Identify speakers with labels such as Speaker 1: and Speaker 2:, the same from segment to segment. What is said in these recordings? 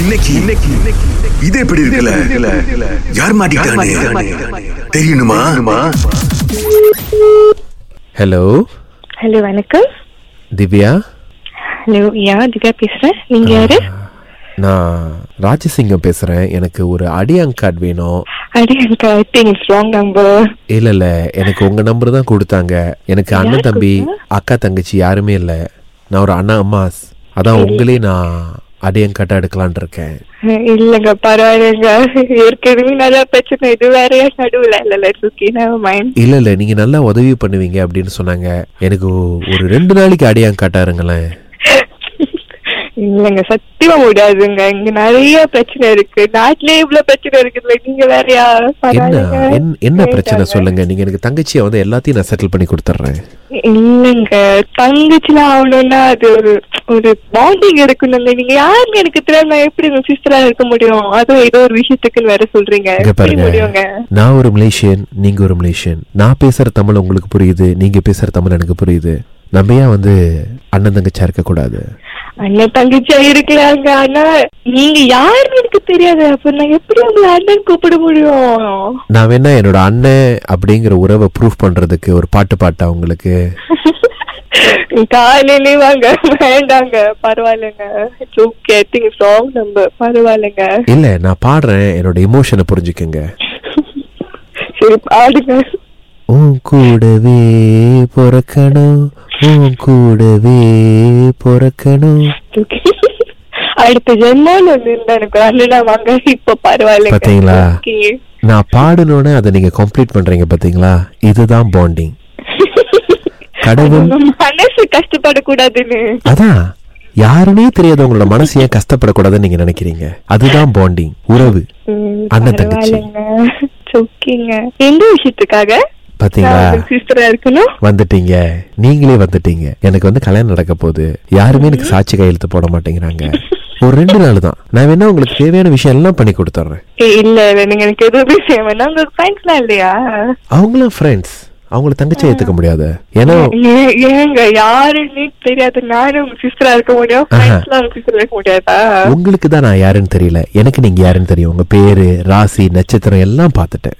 Speaker 1: இன்னைக்கு இன்னைக்கு இது எப்படி இருக்குல்ல யார் மாட்டிக்கிட்டானே தெரியணுமா
Speaker 2: ஹலோ
Speaker 3: ஹலோ வணக்கம்
Speaker 2: திவ்யா
Speaker 3: ஹலோ யா திகா பேசுறேன் நீங்க யாரு
Speaker 2: நான் ராஜசிங்கம் பேசுறேன் எனக்கு ஒரு அடியாங் கார்டு வேணும்
Speaker 3: அடி எனக்கு I think it's wrong number
Speaker 2: இல்ல இல்ல எனக்கு உங்க நம்பர் தான் கொடுத்தாங்க எனக்கு அண்ணன்
Speaker 3: யார்
Speaker 2: தம்பி அக்கா தங்கச்சி யாருமே இல்ல நான் ஒரு அண்ணா அம்மா அதான் உங்களே நான் அடியாங் காட்டா எடுக்கலான் இருக்கேன்
Speaker 3: இல்லங்க பரவாயில்லைங்க ஏற்கனவே நல்லா பிரச்சனை இது வேறயா நடுவில் இல்ல இட்ஸ் ஓகே நெவர் மைண்ட்
Speaker 2: இல்ல இல்ல நீங்க நல்லா உதவி பண்ணுவீங்க அப்படின்னு சொன்னாங்க எனக்கு ஒரு ரெண்டு நாளைக்கு அடியாங் காட்டா இருங்களேன்
Speaker 3: இல்லங்க சத்தியமா முடியாதுங்க இங்க நிறைய பிரச்சனை இருக்கு நாட்டிலே இவ்வளவு பிரச்சனை இருக்குதுல நீங்க வேறயா
Speaker 2: என்ன
Speaker 3: பரவாயில்லைங்க
Speaker 2: என்- என்ன பிரச்சனை
Speaker 3: வேண்டாங்க.
Speaker 2: சொல்லுங்க நீங்க எனக்கு தங்கச்சியை வந்து எல்லாத்தையும் நான் செட்டில் பண்ணி கொடுத்துட்றேன்
Speaker 3: இல்லங்க தங்கச்சிலாம் ஆகணும்னா அது ஒரு ஒரு பாண்டிங் இருக்கணும்ல நீங்க யாருங்க எனக்கு தெரியாம நான் எப்படி உங்க சிஸ்டரா இருக்க முடியும் அதுவும் ஏதோ ஒரு விஷயத்துக்குன்னு வேற சொல்றீங்க
Speaker 2: இங்க
Speaker 3: எப்படி
Speaker 2: பாருங்க
Speaker 3: முடியுங்க
Speaker 2: நான் ஒரு மலேசியன் நீங்க ஒரு மலேசியன் நான் பேசுற தமிழ் உங்களுக்கு புரியுது நீங்க பேசுற தமிழ் எனக்கு புரியுது நம்ம ஏன் வந்து அண்ணன் தங்கச்சா இருக்க கூடாது
Speaker 3: அண்ணன் தங்கச்சியா இருக்கலாங்க ஆனா நீங்க யாருன்னு எனக்கு தெரியாது அப்ப நான் எப்படி உங்களை அண்ணன் கூப்பிட முடியும்
Speaker 2: நான் வேணா என்னோட அண்ணன் அப்படிங்கிற உறவை ப்ரூஃப் பண்றதுக்கு ஒரு பாட்டு பாட்டா உங்களுக்கு
Speaker 3: காலையிலே வாங்க வேண்டாங்க பரவாயில்லைங்க it's okay I think it's wrong number பரவாயில்லைங்க
Speaker 2: இல்ல நான் பாடுறேன் என்னோட இமோஷனை புரிஞ்சுக்கங்க
Speaker 3: சரி பாடுங்க
Speaker 2: உன் கூடவே பிறக்கணும் உன் கூடவே பிறக்கணும்
Speaker 3: Okay. அடுத்த ஜென்மம்னு ஒண்ணு இருந்தா எனக்கு அண்ணனா வாங்க இப்ப பரவாயில்ல
Speaker 2: பாத்தீங்களா? நான் பாடணும்னு அதை நீங்க கம்ப்ளீட் பண்றீங்க பாத்தீங்களா இதுதான் பாண்டிங் கடவுள்
Speaker 3: மனசு கஷ்டப்படக்கூடாதுன்னு
Speaker 2: அதான் யாருனே தெரியாத உங்களோட மனசு ஏன் கஷ்டப்படக்கூடாதுன்னு நீங்க நினைக்கிறீங்க அதுதான் பாண்டிங் உறவு
Speaker 3: ம்,
Speaker 2: அண்ணன் தங்கச்சி.
Speaker 3: பரவாயில்லைங்க. It's okayங்க. எந்த விஷயத்துக்காக
Speaker 2: பாத்தீங்களா
Speaker 3: சிஸ்டரா இருக்கணும்
Speaker 2: வந்துட்டீங்க நீங்களே வந்துட்டீங்க எனக்கு வந்து கல்யாணம் நடக்க போகுது யாருமே எனக்கு சாட்சி கையெழுத்து போட மாட்டேங்கிறாங்க ஒரு ரெண்டு நாள் தான் நான் வேணா உங்களுக்கு தேவையான விஷயம் எல்லாம் பண்ணி கொடுத்துட்றேன்
Speaker 3: ஏய், இல்ல இல்ல நீங்க எனக்கு எதுவுமே செய்ய வேண்டாம் உங்களுக்கு friends எல்லாம் இல்லையா
Speaker 2: அவங்களும் ஃப்ரெண்ட்ஸ் அவங்கள தங்கச்சி ஏத்துக்க முடியாது ஏன்னா
Speaker 3: ஏ- ஏங்க யாருன்னு தெரியாது நானும் உங்க சிஸ்டரா இருக்க முடியும் friends எல்லாம் உங்க சிஸ்டரா இருக்க முடியாதா
Speaker 2: உங்களுக்கு தான் நான் யாருன்னு தெரியல எனக்கு நீங்க யாருன்னு தெரியும் உங்க பேரு ராசி நட்சத்திரம் எல்லாம் பார்த்துட்டேன்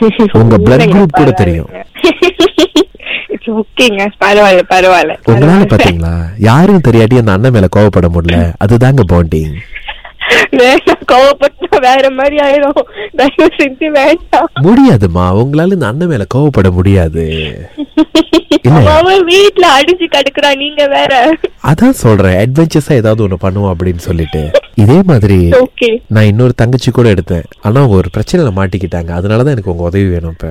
Speaker 2: உங்க blood group கூட தெரியும்.
Speaker 3: இட்ஸ் ஓகேங்க பரவாயில்ல பரவாயில்ல
Speaker 2: உங்களால
Speaker 3: பரவாயில்ல.
Speaker 2: பாத்தீங்களா யாரும் தெரியாட்டி அந்த அண்ணன் மேல கோவப்பட முடியல அதுதாங்க பாண்டிங்
Speaker 3: வேண்டாம், கோவப்பட்டா வேற மாதிரி ஆயிரும் தயவு செஞ்சு வேண்டாம்
Speaker 2: முடியாதுமா உங்களால இந்த அண்ணன் மேல கோவப்பட முடியாது இல்ல.
Speaker 3: அவன் அவன் வீட்டுல அடிச்சு கடுக்குறான் நீங்க வேற
Speaker 2: அதான் சொல்றேன் அட்வென்ச்சர்ஸா ஏதாவது ஒண்ணு பண்ணுவோம் அப்படின்னு சொல்லிட்டு இதே மாதிரி
Speaker 3: ஓகே
Speaker 2: நான் இன்னொரு தங்கச்சி கூட எடுத்தேன் ஆனா அவங்க ஒரு பிரச்சனையில மாட்டிக்கிட்டாங்க அதனாலதான் எனக்கு உங்க உதவி வேணும் இப்ப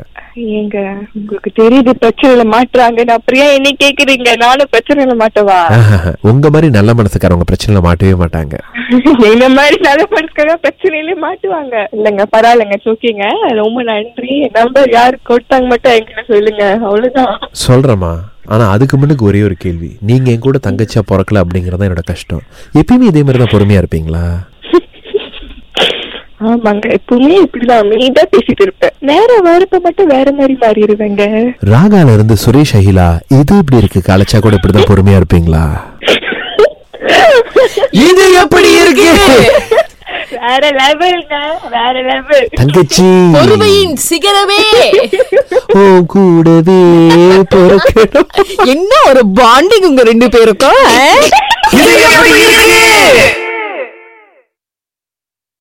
Speaker 3: ஏங்க உங்களுக்கு தெரியுது பிரச்சனையில மாட்டுறாங்கன்னு அப்புறம் ஏன் என்ன கேக்குறீங்க நானும் பிரச்சனையில மாட்டவா
Speaker 2: ஆஹ், உங்க மாதிரி நல்ல மனசுக்காரவங்க பிரச்சனையில மாட்டவே மாட்டாங்க
Speaker 3: இந்த மாதிரி நல்ல படுக்கிறதா பிரச்சனையிலே மாட்டுவாங்க இல்லங்க பரவாயில்லைங்க ஓகேங்க ரொம்ப நன்றி நம்பர் யாரு கொடுத்தாங்க மட்டும் என்கிட்ட சொல்லுங்க அவ்வளவுதான்
Speaker 2: சொல்றேம்மா ஆனா அதுக்கு முன்னுக்கு ஒரே ஒரு கேள்வி நீங்க என் கூட தங்கச்சியா பிறக்கல அப்படிங்கறத என்னோட கஷ்டம் எப்பயுமே இதே மாதிரி தான் பொறுமையா இருப்பீங்களா
Speaker 3: ஆமாங்க எப்பவுமே இப்படிதான் அமைதியா பேசிட்டு இருப்பேன் நேரம் வரப்ப மட்டும் வேற மாதிரி மாறிடுவேங்க
Speaker 2: ராகால இருந்து சுரேஷ் அகிலா இது இப்படி இருக்கு கலைச்சா கூட இப்படிதான் பொறுமையா இருப்பீங்களா இது எப்படி இருக்கு
Speaker 3: வேற லெவல்ங்க வேற லெவல்
Speaker 2: தங்கச்சி
Speaker 4: பொறுமையின் சிகரமே
Speaker 2: ஓ கூடவே பொறுக்கணும்
Speaker 4: என்ன ஒரு பாண்டிங் உங்க ரெண்டு பேருக்கும் ஆ?
Speaker 2: இது எப்படி இருக்கு